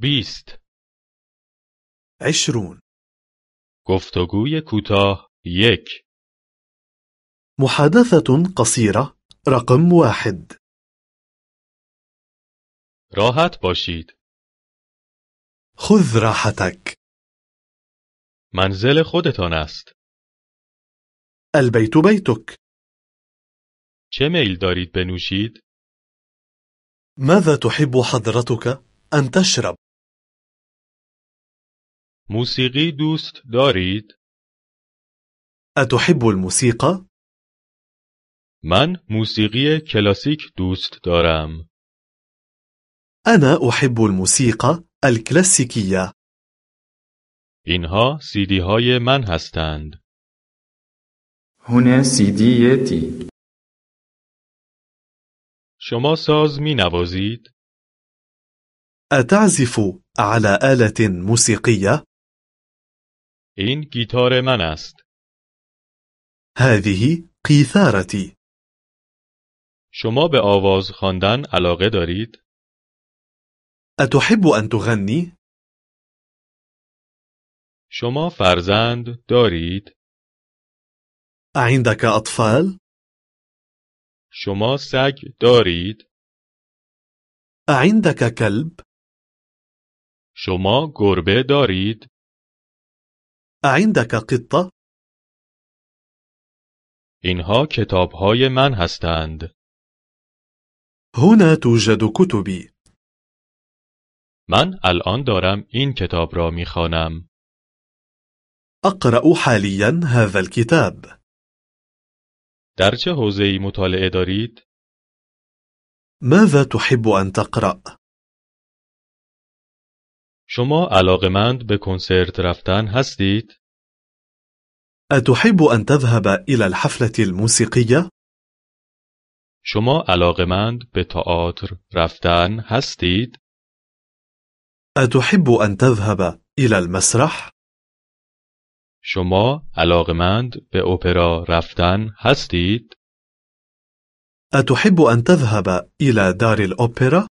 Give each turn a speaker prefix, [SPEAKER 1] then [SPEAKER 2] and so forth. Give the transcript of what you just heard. [SPEAKER 1] بیست
[SPEAKER 2] عشرون
[SPEAKER 1] گفتگوی کوتاه یک
[SPEAKER 2] محادثة قصيرة رقم واحد
[SPEAKER 1] راحت باشید
[SPEAKER 2] خذ راحتك
[SPEAKER 1] منزل خودتان است
[SPEAKER 2] البيت بيتك
[SPEAKER 1] چه میل دارید بنوشید؟
[SPEAKER 2] ماذا تحب حضرتك أن تشرب؟
[SPEAKER 1] موسیقی دوست دارید؟
[SPEAKER 2] أتحب الموسيقى؟
[SPEAKER 1] من موسیقی کلاسیک دوست دارم
[SPEAKER 2] أنا أحب الموسيقى الكلاسيكية
[SPEAKER 1] اینها سیدی های من هستند
[SPEAKER 3] هنا سيدياتي
[SPEAKER 1] شما ساز می نوازید؟
[SPEAKER 2] أتعزف على آلة موسيقية؟
[SPEAKER 1] این گیتار من است
[SPEAKER 2] هذه قيثارتي
[SPEAKER 1] شما به آواز خواندن علاقه دارید؟
[SPEAKER 2] أتحب أن تغني؟
[SPEAKER 1] شما فرزند دارید؟
[SPEAKER 2] عندك أطفال؟
[SPEAKER 1] شما سگ دارید؟
[SPEAKER 2] عندك كلب؟
[SPEAKER 1] شما گربه دارید؟
[SPEAKER 2] عندك قطة؟
[SPEAKER 1] اینها کتاب های من هستند
[SPEAKER 2] هنا توجد كتبي
[SPEAKER 1] من الان دارم این کتاب را می خوانم.
[SPEAKER 2] أقرأ حاليا هذا الكتاب
[SPEAKER 1] در چه حوزه‌ای مطالعه دارید؟
[SPEAKER 2] ماذا تحب أن تقرأ؟
[SPEAKER 1] شما علاقمند به کنسرت رفتن هستید؟
[SPEAKER 2] أتحب أن تذهب إلى الحفلة الموسيقية؟
[SPEAKER 1] شما علاقمند به تئاتر رفتن هستید؟
[SPEAKER 2] أتحب أن تذهب إلى المسرح؟
[SPEAKER 1] شما علاقمند به اپرا رفتن هستید؟
[SPEAKER 2] أتحب أن تذهب إلى دار الأوبرا؟